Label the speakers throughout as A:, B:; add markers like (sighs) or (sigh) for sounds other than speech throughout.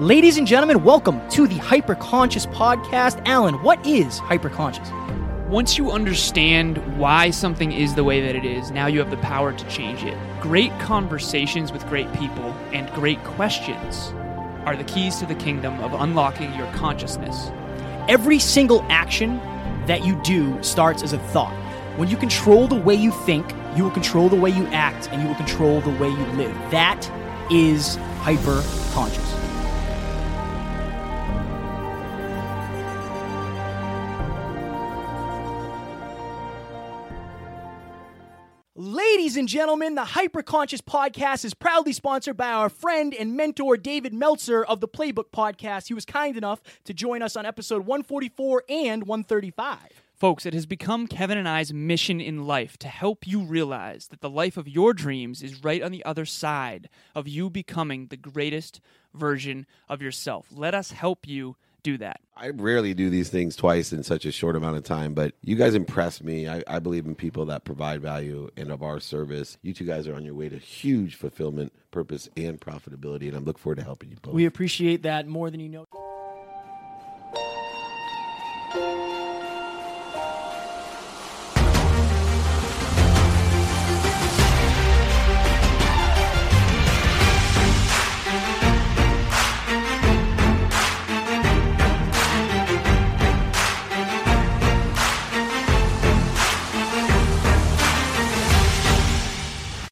A: Ladies and gentlemen, welcome to the Hyperconscious Podcast. Alan, what is hyperconscious?
B: Once you understand why something is the way that it is, now you have the power to change it. Great conversations with great people and great questions are the keys to the kingdom of unlocking your consciousness.
A: Every single action that you do starts as a thought. When you control the way you think, you will control the way you act and you will control the way you live. That is hyperconscious. Ladies and gentlemen, the Hyperconscious Podcast is proudly sponsored by our friend and mentor David Meltzer of the Playbook Podcast. He was kind enough to join us on episode 144 and 135.
B: Folks, it has become Kevin and I's mission in life to help you realize that the life of your dreams is right on the other side of you becoming the greatest version of yourself. Let us help you do that.
C: I rarely do these things twice in such a short amount of time, but you guys impress me. I, I believe in people that provide value and of our service. You two guys are on your way to huge fulfillment, purpose, and profitability, and I am looking forward to helping you both.
A: We appreciate that more than you know.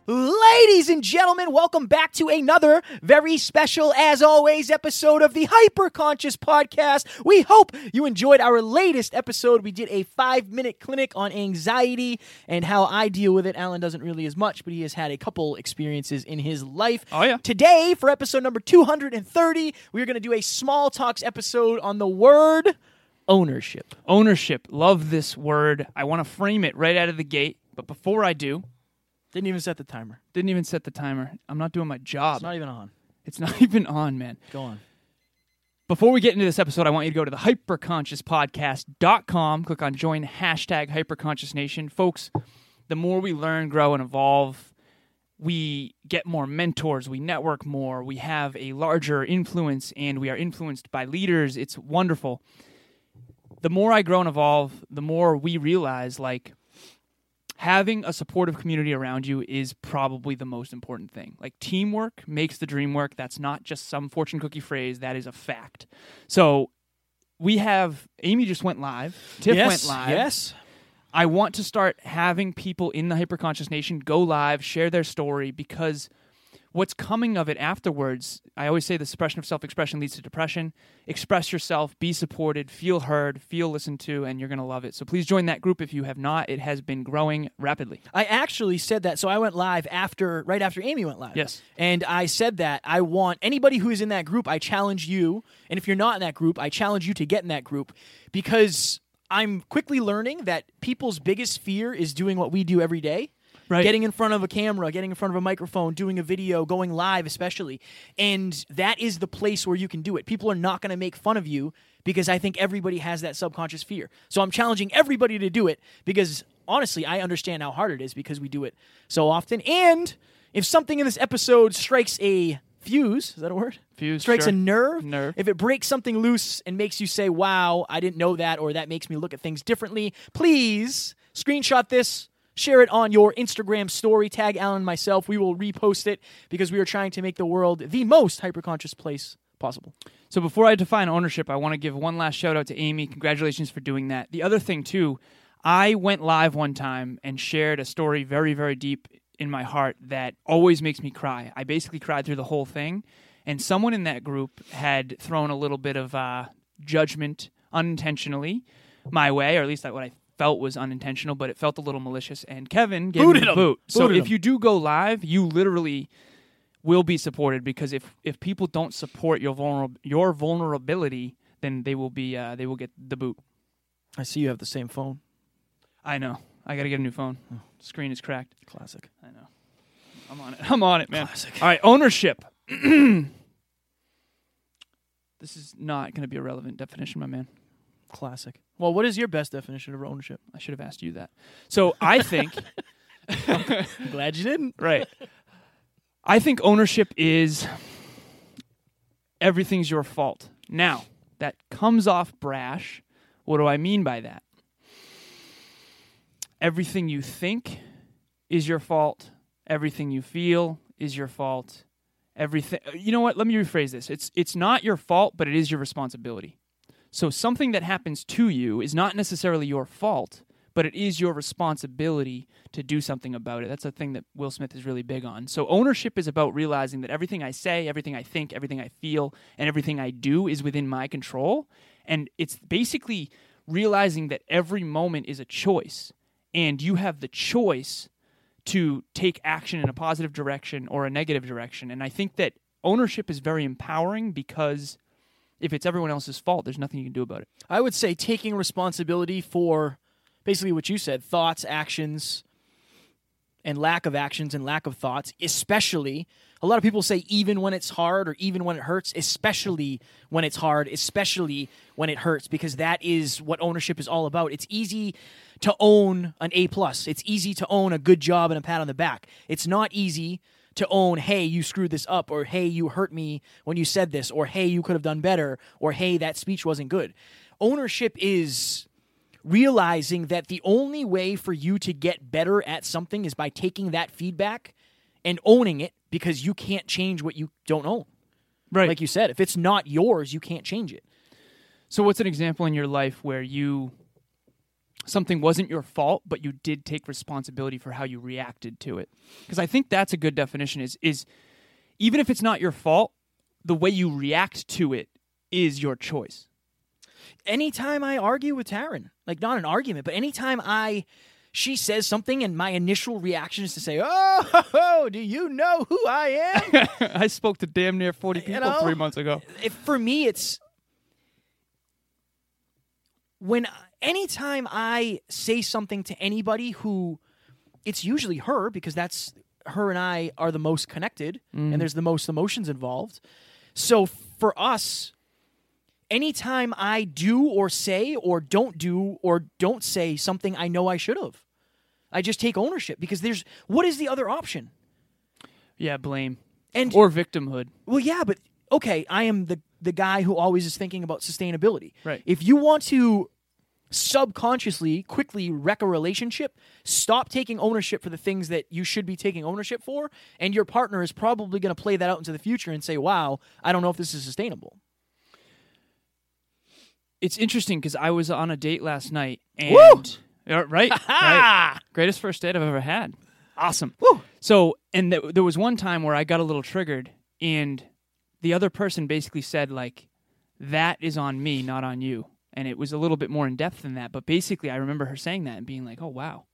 A: Ladies and gentlemen, welcome back to another very special, as always, episode of the Hyperconscious Podcast. We hope you enjoyed our latest episode. We did a five minute clinic on anxiety and how I deal with it. Alan doesn't really as much, but he has had a couple experiences in his life.
B: Oh, yeah.
A: Today, for episode number 230, we're going to do a small talks episode on the word ownership.
B: Ownership. Love this word. I want to frame it right out of the gate, but before I do,
A: Didn't even set the timer,
B: didn't even set the timer. I'm not doing my job.
A: it's not even on.
B: it's not (laughs) even on, man.
A: Go on.
B: Before we get into this episode, I want you to go to the hyperconsciouspodcast.com, click on join hashtag hyperconscious nation. Folks, the more we learn, grow, and evolve, we get more mentors, we network more, we have a larger influence, and we are influenced by leaders. It's wonderful. The more I grow and evolve, the more we realize like having a supportive community around you is probably the most important thing. Like teamwork makes the dream work. That's not just some fortune cookie phrase, that is a fact. So we have Amy just went live. Tiff went live.
A: Yes.
B: I want to start having people in the Hyperconscious Nation go live, share their story, because what's coming of it afterwards, I always say the suppression of self expression leads to depression. Express yourself, be supported, feel heard, feel listened to, and you're going to love it. So please join that group if you have not. It has been growing rapidly.
A: I actually said that. So I went live after, right after Amy went live.
B: Yes.
A: And I said that I want anybody who is in that group, I challenge you. And if you're not in that group, I challenge you to get in that group because I'm quickly learning that people's biggest fear is doing what we do every day.
B: Right.
A: Getting in front of a camera, getting in front of a microphone, doing a video, going live, especially. And that is the place where you can do it. People are not going to make fun of you because I think everybody has that subconscious fear. So I'm challenging everybody to do it because honestly, I understand how hard it is because we do it so often. And if something in this episode strikes a fuse, is that a word?
B: Fuse,
A: Strikes a
B: sure.
A: nerve.
B: Nerve.
A: If it breaks something loose and makes you say, wow, I didn't know that, or that makes me look at things differently, please screenshot this. Share it on your Instagram story. Tag Alan and myself. We will repost it because we are trying to make the world the most hyperconscious place possible.
B: So before I define ownership, I want to give one last shout out to Amy. Congratulations for doing that. The other thing too, I went live one time and shared a story very very deep in my heart that always makes me cry. I basically cried through the whole thing, and someone in that group had thrown a little bit of uh, judgment unintentionally my way, or at least that what I felt was unintentional, but it felt a little malicious. And Kevin gave
A: Booted
B: me the
A: him.
B: boot. So
A: Booted
B: if
A: him.
B: you do go live, you literally will be supported because if if people don't support your vulnerab- your vulnerability, then they will be uh, they will get the boot.
A: I see you have the same phone.
B: I know. I got to get a new phone. Screen is cracked.
A: Classic.
B: I know. I'm on it. (laughs) I'm on it, man. All right, ownership. (clears throat) this is not going to be a relevant definition, my man.
A: Classic. Well, what is your best definition of ownership?
B: I should have asked you that. So I think
A: I'm glad you didn't.
B: right. I think ownership is everything's your fault. Now, that comes off brash. What do I mean by that? Everything you think is your fault. Everything you feel is your fault. Everything You know what? Let me rephrase this. It's it's not your fault, but it is your responsibility. So something that happens to you is not necessarily your fault, but it is your responsibility to do something about it. That's a thing that Will Smith is really big on. So ownership is about realizing that everything I say, everything I think, everything I feel, and everything I do is within my control. And it's basically realizing that every moment is a choice and you have the choice to take action in a positive direction or a negative direction. And I think that ownership is very empowering because if it's everyone else's fault, there's nothing you can do about it.
A: I would say taking responsibility for basically what you said thoughts, actions, and lack of actions and lack of thoughts, especially. A lot of people say even when it's hard or even when it hurts, especially when it's hard, especially when it hurts, because that is what ownership is all about. It's easy to own an A plus. It's easy to own a good job and a pat on the back. It's not easy to own, hey, you screwed this up, or hey, you hurt me when you said this, or hey, you could have done better, or hey, that speech wasn't good. Ownership is realizing that the only way for you to get better at something is by taking that feedback and owning it because you can't change what you don't own.
B: Right.
A: Like you said, if it's not yours, you can't change it.
B: So, what's an example in your life where you something wasn't your fault, but you did take responsibility for how you reacted to it? Because I think that's a good definition. Is is even if it's not your fault, the way you react to it is your choice.
A: Anytime I argue with Taryn, like not an argument, but anytime I she says something and my initial reaction is to say, "Oh, (laughs) ho, ho, do you know who I am?"
B: (laughs) I spoke to damn near forty people
A: know?
B: three months ago.
A: If for me it's when anytime I say something to anybody who it's usually her because that's her and I are the most connected and there's the most emotions involved. So for us, anytime I do or say or don't do or don't say something I know I should have, I just take ownership because there's what is the other option?
B: Yeah, blame
A: And
B: or victimhood.
A: well, yeah, but okay, I am the the guy who always is thinking about sustainability.
B: Right.
A: If you want to subconsciously quickly wreck a relationship, stop taking ownership for the things that you should be taking ownership for, and your partner is probably going to play that out into the future and say, "Wow, I don't know if this is sustainable."
B: It's interesting because I was on a date last night and
A: Woo!
B: Yeah,
A: (laughs)
B: right, right.
A: Ah,
B: greatest first date I've ever had. Awesome.
A: Woo!
B: So, and th- there was one time where I got a little triggered, and the other person basically said, like, that is on me, not on you. And it was a little bit more in depth than that. But basically, I remember her saying that and being like, oh, wow.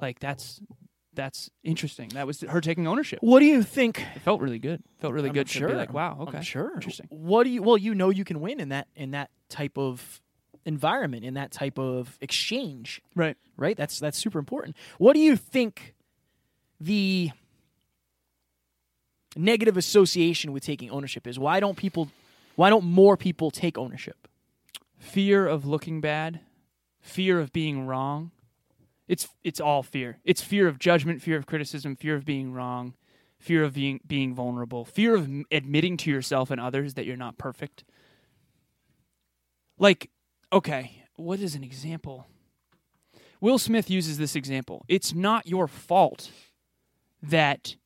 B: Like, that's. That's interesting. That was her taking ownership.
A: what do you think?
B: It felt really good. Felt really
A: I'm
B: good to
A: sure.
B: be like, wow,
A: I'm
B: okay,
A: sure.
B: interesting.
A: What do you? Well, you know you can win in that in that type of environment in that type of exchange.
B: Right.
A: right? That's that's super important. What do you think the negative association with taking ownership is? Why don't people why don't more people take ownership?
B: fear of looking bad, fear of being wrong. It's it's all fear. It's fear of judgment, fear of criticism, fear of being wrong, fear of being being vulnerable, fear of m- admitting to yourself and others that you're not perfect. Like, okay, what is an example? Will Smith uses this example. It's not your fault that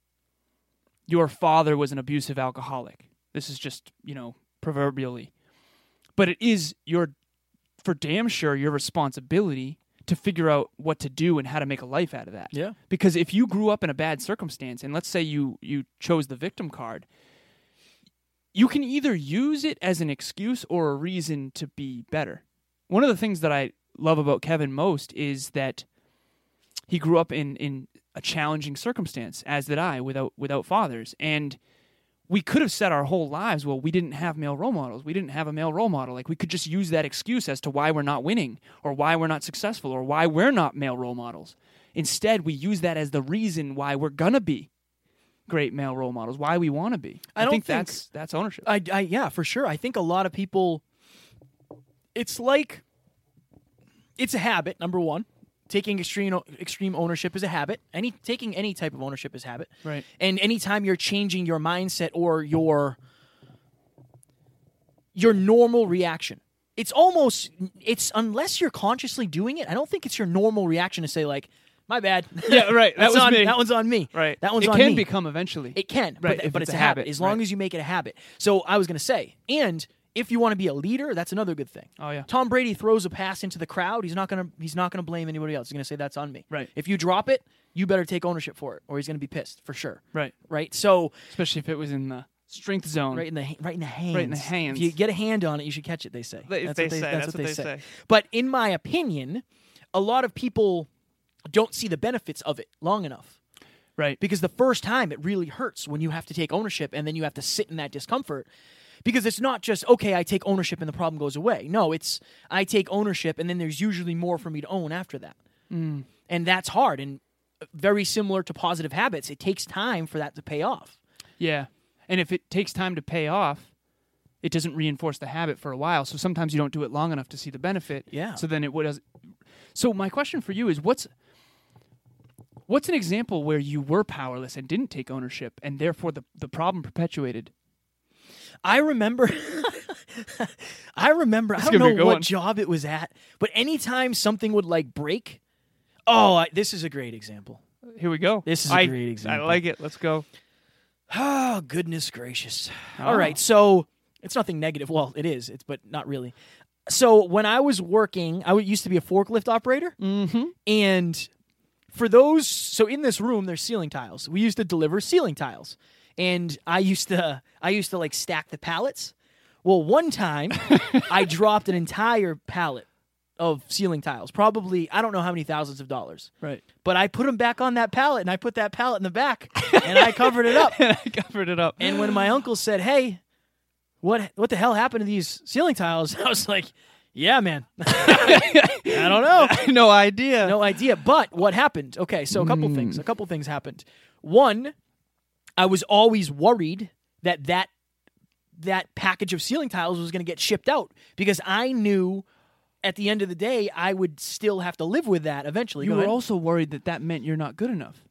B: your father was an abusive alcoholic. This is just, you know, proverbially but it is your for damn sure your responsibility to figure out what to do and how to make a life out of that
A: Yeah.
B: because if you grew up in a bad circumstance and let's say you you chose the victim card you can either use it as an excuse or a reason to be better one of the things that i love about kevin most is that he grew up in in a challenging circumstance as did i without without fathers and we could have said our whole lives, well, we didn't have male role models. We didn't have a male role model. Like, we could just use that excuse as to why we're not winning or why we're not successful or why we're not male role models. Instead, we use that as the reason why we're going to be great male role models, why we want to be.
A: I don't
B: think,
A: think- Uh,
B: that's that's ownership.
A: I, I yeah, for sure. I think a lot of people it's like it's a habit, number 1. Taking extreme extreme ownership is a habit. Any taking any type of ownership is habit.
B: right.
A: And anytime you're changing your mindset or your your normal reaction. It's almost it's unless you're consciously doing it, I don't think it's your normal reaction to say like, "My bad." (laughs)
B: Yeah, right. That
A: That's
B: was
A: on,
B: me.
A: That one's on me.
B: Right.
A: That one's
B: it
A: on
B: can
A: me.
B: become eventually.
A: It can,
B: Right,
A: but,
B: if
A: but
B: it's
A: it's,
B: a
A: a habit.
B: habit,
A: As long
B: right.
A: as you make it a habit. So I was going to say, and if you want to be a leader, that's another good thing.
B: Oh, yeah.
A: Tom Brady throws a pass into the crowd. He's not going to. He's not going to blame anybody else. He's going to say that's on me.
B: Right.
A: If you drop it, you better take ownership for it, or he's going to be pissed for sure.
B: right.
A: Right. So
B: Especially if it was in the strength zone.
A: right in the ha- right in the hands.
B: in the hands.
A: If you get a hand on it, you should catch it. They say.
B: They- they say, that's what they say.
A: But in my opinion, a lot of people don't see the benefits of it long enough.
B: Right.
A: because the first time it really hurts when you have to take ownership and then you have to sit in that discomfort because it's not just okay i take ownership and the problem goes away no it's i take ownership and then there's usually more for me to own after that
B: Mm.
A: and that's hard and uh, very similar to positive habits it takes time for that to pay off
B: Yeah. And if it takes time to pay off, it doesn't reinforce the habit for a while. So sometimes you don't do it long enough to see the benefit.
A: Yeah.
B: So then it would. So my question for you is what's what's an example where you were powerless and didn't take ownership and therefore the, the problem perpetuated?
A: I remember. (laughs) I remember. I don't
B: gonna be a
A: know
B: good
A: what
B: one.
A: job it was at, but anytime something would like break, oh, I, this is a great example.
B: Here we go.
A: This is a
B: a
A: great example.
B: I like it. Let's go.
A: Oh, goodness gracious.
B: Oh.
A: All right. So it's nothing negative. Well, it is, it's but not really. So when I was working, I w- used to be a forklift operator.
B: Mm-hmm.
A: And for those, so in this room, there's ceiling tiles. We used to deliver ceiling tiles. And I used to, I used to like stack the pallets. Well, one time
B: (laughs)
A: I dropped an entire pallet of ceiling tiles, probably, I don't know how many thousands of dollars.
B: Right.
A: But I put them back on that pallet and I put that pallet in the
B: (laughs)
A: back and I covered it up.
B: And (laughs) I covered it up. (laughs)
A: And when my uncle said, "Hey, what what the hell happened to these ceiling tiles?" (laughs) I was like, "Yeah, man, I don't know,
B: no idea.
A: no idea." But what happened? Okay, so a couple
B: Hmm.
A: things. A couple things happened. One, I was always worried that that that package of ceiling tiles was going to get shipped out because I knew at the end of the day I would still have to live with that eventually.
B: You
A: Go
B: were
A: ahead.
B: also worried that that meant you're not good enough.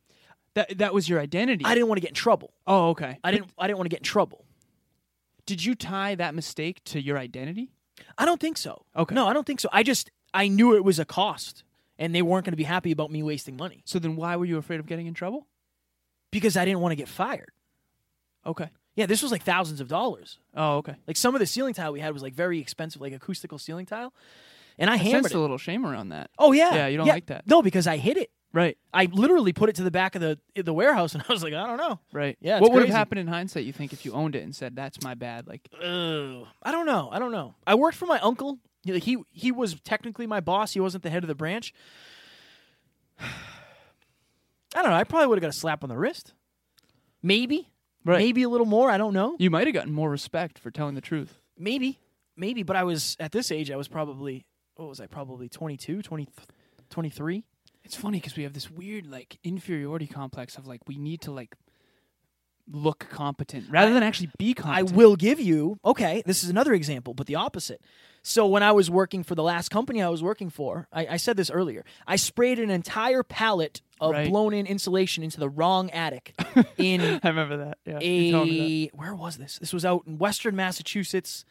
B: That that was your identity.
A: I didn't want to get in trouble.
B: oh, okay.
A: I didn't. I didn't want to get in trouble.
B: Did you tie that mistake to your identity?
A: I don't think so.
B: Okay.
A: No, I don't think so. I just I knew it was a cost, and they weren't going to be happy about me wasting money
B: So then why were you afraid of getting in trouble?
A: because I didn't want to get fired.
B: Okay.
A: Yeah, this was like thousands of dollars.
B: Oh, okay.
A: Like some of the ceiling tile we had was like very expensive, like acoustical ceiling tile, and I
B: I
A: hammered
B: sensed
A: it.
B: a little shame around that.
A: oh yeah,
B: Yeah, you don't like that.
A: No, because I hid it.
B: Right.
A: I literally put it to the back of the the warehouse, (laughs) and I was like, I don't know.
B: Right.
A: Yeah, it's
B: What would have
A: crazy.
B: happened in hindsight? You think if you owned it and said, "That's my bad," like
A: Ugh. I don't know. I don't know. I worked for my uncle. He he, he was technically my boss. He wasn't the head of the branch. (sighs) I don't know. I probably would have got a slap on the wrist. Maybe.
B: Right.
A: Maybe a little more. I don't know.
B: you might have gotten more respect for telling the truth.
A: Maybe. Maybe. But I was, at this age, I was probably, what was I, probably 22, 20, 23?
B: It's funny because we have this weird like inferiority complex of like we need to like look competent rather than actually be
A: I
B: competent.
A: will give you, okay, this is another example, but the opposite. So when I was working for the last company I was working for, I, I said this earlier, I sprayed an entire pallet of
B: Right.
A: blown in insulation into the wrong
B: (laughs)
A: attic in
B: I remember that. Yeah. you told me
A: a, where was this? This was out in Western Massachusetts.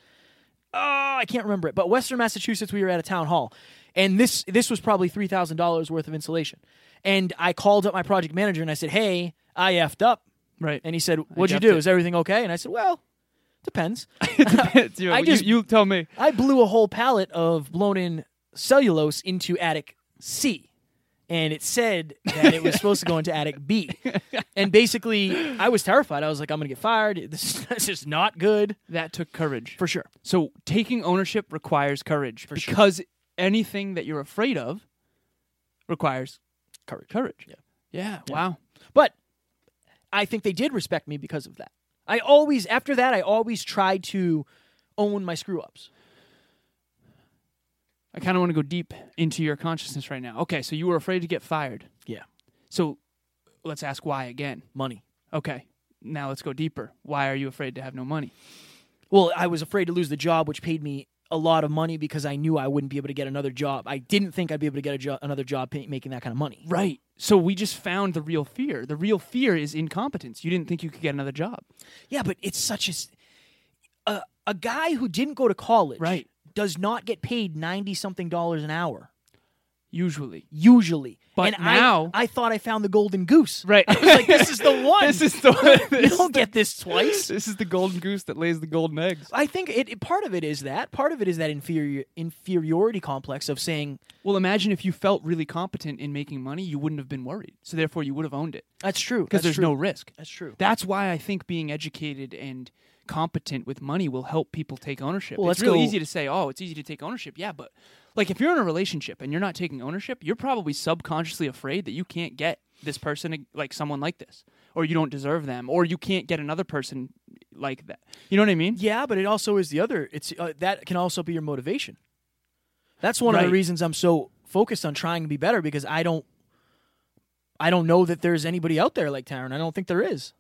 A: Oh, I can't remember it, but Western Massachusetts, we were at a town hall, and this this was probably three thousand dollars worth of insulation. And I called up my project manager and I said, "Hey, I effed up."
B: that. Right. (laughs)
A: And he said, "What'd you
B: gapped
A: do?
B: it.
A: Is everything okay?" And I said, "Well, (laughs) depends.
B: It's you,
A: I
B: you-
A: just-
B: you tell me.
A: I blew a whole pallet of blown-in cellulose into attic C, and it said that (laughs) it was supposed to go into attic B. And basically, I was terrified. I was like, "I'm gonna get fired. This, is- this is not good
B: That took courage.
A: for sure."
B: So taking ownership requires courage
A: sure.
B: because anything that you're afraid of requires
A: Courage.
B: courage.
A: Yeah.
B: Yeah. Wow.
A: But I think they did respect me because of that. I always, after that, I always tried to own my screw-ups.
B: I kind of want to go deep into your consciousness right now. Okay, so you were afraid to get fired.
A: Yeah,
B: So let's ask why again.
A: money.
B: Okay. Now let's go deeper. Why are you afraid to have no money?
A: Well, I was afraid to lose the job, which paid me a lot of money because I knew I wouldn't be able to get another job. I didn't think I'd be able to get a jo- another job pay- making that kind of money.
B: Right. So we just found the real fear. The real fear is incompetence. You didn't think you could get another job.
A: Yeah, but it's such a s- a, a guy who didn't go to college
B: Right.
A: does not get paid 90 something dollars an hour
B: usually.
A: usually
B: But
A: and
B: now-
A: I, I thought i found the golden goose
B: Right.
A: (laughs)
B: (laughs)
A: i was like this is the one
B: This is (laughs) the
A: you don't get this
B: (laughs)
A: twice
B: This is the golden goose that lays the golden eggs.
A: i think it, it- part of it is that part of it is that inferior inferiority complex of saying
B: Well, imagine if you felt really competent in making money, you wouldn't have been worried. So therefore, you would have owned it
A: that's true
B: because
A: that's
B: there's
A: true.
B: no risk.
A: that's true
B: That's why I think being educated and competent with money will help people take ownership.
A: Well,
B: it's
A: let's
B: really
A: go-
B: easy to say, "Oh, it's easy to take ownership." Yeah, but like if you're in a relationship and you're not taking ownership, you're probably subconsciously afraid that you can't get this person like someone like this or you don't deserve them or you can't get another person like that. You know what I mean?
A: Yeah, but it also is the other. It's uh, that can also be your motivation. That's one of
B: Right.
A: the reasons I'm so focused on trying to be better because I don't, I don't know that there's anybody out there like Tyron. I don't think there is.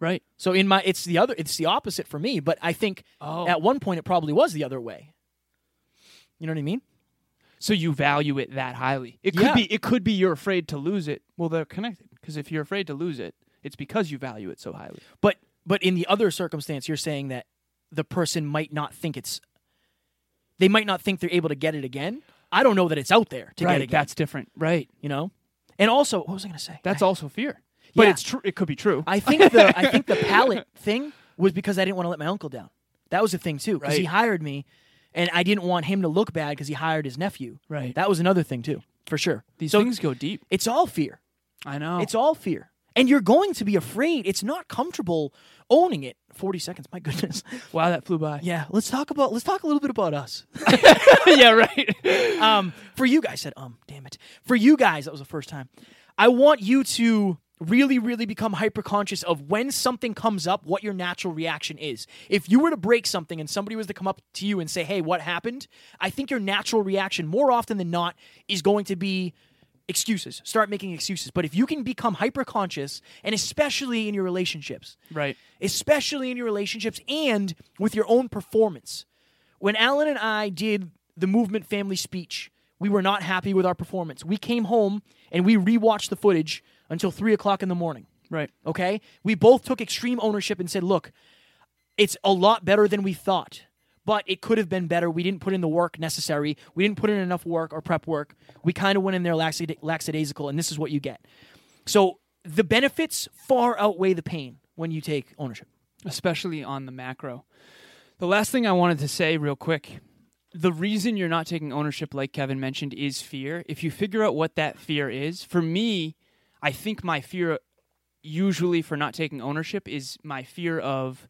B: Right.
A: So in my, it's the other, it's the opposite for me. But I think
B: Oh.
A: at one point it probably was the other way. You know what I mean?
B: So you value it that highly. It could
A: Yeah.
B: be it could be you're afraid to lose it. Well, they're connected because if you're afraid to lose it, it's because you value it so highly.
A: But but in the other circumstance, you're saying that the person might not think it's, they might not think they're able to get it again. I don't know that it's out there to get it again.
B: That's different. Right.
A: you know, and also what was I going to say?
B: That's also fear. But
A: Yeah.
B: it's true. It could be true.
A: I think the (laughs) I think the palette thing was because I didn't want to let my uncle down. That was a thing too, because he
B: Right.
A: hired me, and I didn't want him to look bad because he hired his nephew.
B: Right.
A: That was another thing too, for sure.
B: These
A: so
B: things go deep.
A: it's all fear.
B: I know.
A: It's all fear, and you're going to be afraid. It's not comfortable owning it. Forty seconds, my goodness.
B: wow, that flew by.
A: (laughs) Yeah, let's talk about let's talk a little bit about us.
B: yeah, right.
A: um, for you guys, I said um, damn it. For you guys, that was the first time. I want you to really, really become hyper conscious of when something comes up, what your natural reaction is. If you were to break something and somebody was to come up to you and say, "Hey, what happened?" I think your natural reaction, more often than not, is going to be excuses. Start making excuses. But if you can become hyper conscious, and especially in your relationships,
B: (laughs) right.
A: especially in your relationships and with your own performance. When Alan and I did the movement family speech, we were not happy with our performance. We came home and we rewatched the footage until three o'clock in the morning.
B: Right.
A: Okay? We both took extreme ownership and said, look, it's a lot better than we thought, but it could have been better. We didn't put in the work necessary. We didn't put in enough work or prep work. We kind of went in there laxi- lackadaisical, and this is what you get. So the benefits far outweigh the pain when you take ownership.
B: especially on the macro. The last thing I wanted to say, real quick the reason you're not taking ownership, like Kevin mentioned, is fear. If you figure out what that fear is, for me, I think my fear usually for not taking ownership is my fear of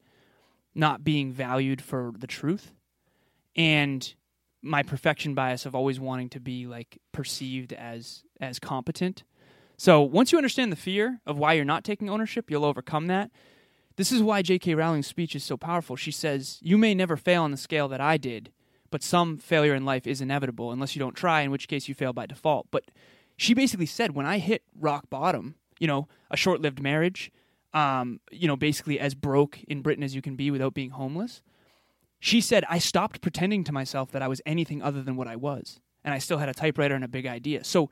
B: not being valued for the truth and my perfection bias of always wanting to be like perceived as as competent. So, once you understand the fear of why you're not taking ownership, you'll overcome that. This is why J.K. Rowling's speech is so powerful. She says, You may never fail on the scale that I did, but some failure in life is inevitable unless you don't try, in which case you fail by default. But she basically said, When I hit rock bottom, you know, a short lived marriage, um, you know, basically as broke in Britain as you can be without being homeless, she said, I stopped pretending to myself that I was anything other than what I was. And I still had a typewriter and a big idea. So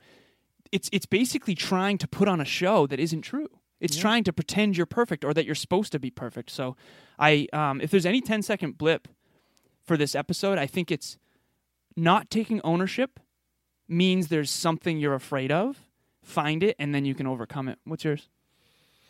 B: it's it's basically trying to put on a show that isn't true. It's trying to pretend you're perfect or that you're supposed to be perfect. So I um, if there's any 10 second blip for this episode, I think it's not taking ownership means there's something you're afraid of. Find it and then you can overcome it. What's yours?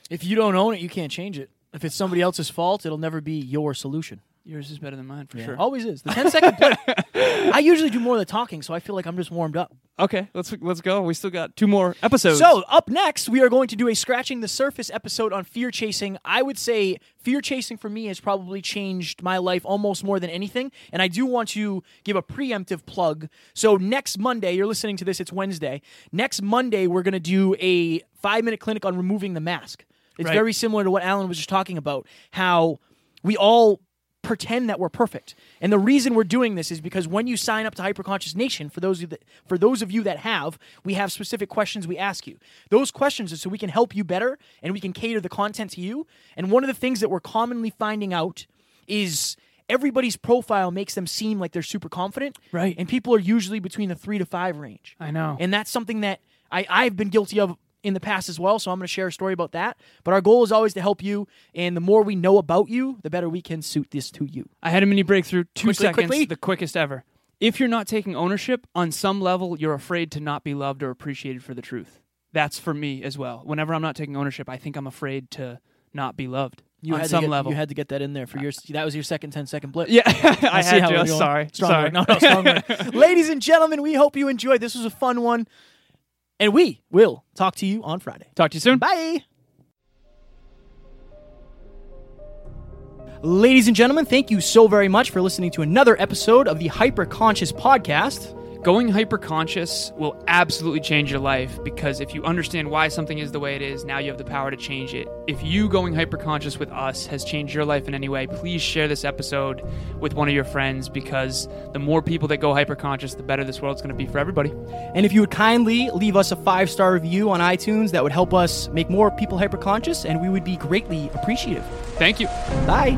A: If you don't own it, you can't change it. If it's somebody else's fault, it'll never be your solution.
B: Yours is better than mine for sure.
A: Always is. The 10 second (laughs) blip. I usually do more of the talking, so I feel like I'm just warmed up.
B: Okay, let's let's go. We still got two more episodes.
A: So, up next, we are going to do a scratching the surface episode on fear chasing. I would say fear chasing for me has probably changed my life almost more than anything. And I do want to give a preemptive plug. So, next Monday, you're listening to this, it's Wednesday. Next Monday, we're going to do a five minute clinic on removing the mask. It's
B: Right.
A: very similar to what Alan was just talking about, how we all pretend that we're perfect. And the reason we're doing this is because when you sign up to Hyperconscious Nation, for those of you that, for those of you that have, we have specific questions we ask you. Those questions are so we can help you better and we can cater the content to you. And one of the things that we're commonly finding out is everybody's profile makes them seem like they're super confident.
B: Right.
A: And people are usually between the 3 to 5 range.
B: I know.
A: And that's something that I, I've been guilty of in the past as well. So I'm going to share a story about that. But our goal is always to help you. And the more we know about you, the better we can suit this to you.
B: I had a mini breakthrough, two
A: Quickly,
B: seconds,
A: quickly.
B: the quickest ever. If you're not taking ownership, on some level, you're afraid to not be loved or appreciated for the truth. That's for me as well. Whenever I'm not taking ownership, I think I'm afraid to not be loved
A: You
B: on
A: had to
B: some
A: get,
B: level. Uh,
A: You had to get that in there for your. That was your second 10 second blip.
B: yeah, (laughs) I,
A: see
B: had
A: how
B: to.
A: we're
B: I'm
A: doing.
B: Sorry,
A: Strong
B: sorry.
A: word. No, no, strong word.
B: (laughs)
A: Ladies and gentlemen, we hope you enjoyed. This was a fun one, and we will talk to you on Friday.
B: Talk to you soon.
A: (laughs) Bye. Ladies and gentlemen, thank you so very much for listening to another episode of the Hyper Conscious Podcast.
B: Going hyperconscious will absolutely change your life because if you understand why something is the way it is, now you have the power to change it. If you going hyperconscious with us has changed your life in any way, please share this episode with one of your friends because the more people that go hyperconscious, the better this world's going to be for everybody.
A: And if you would kindly leave us a five star review on iTunes, that would help us make more people hyper conscious, and we would be greatly appreciative.
B: Thank you.
A: Bye.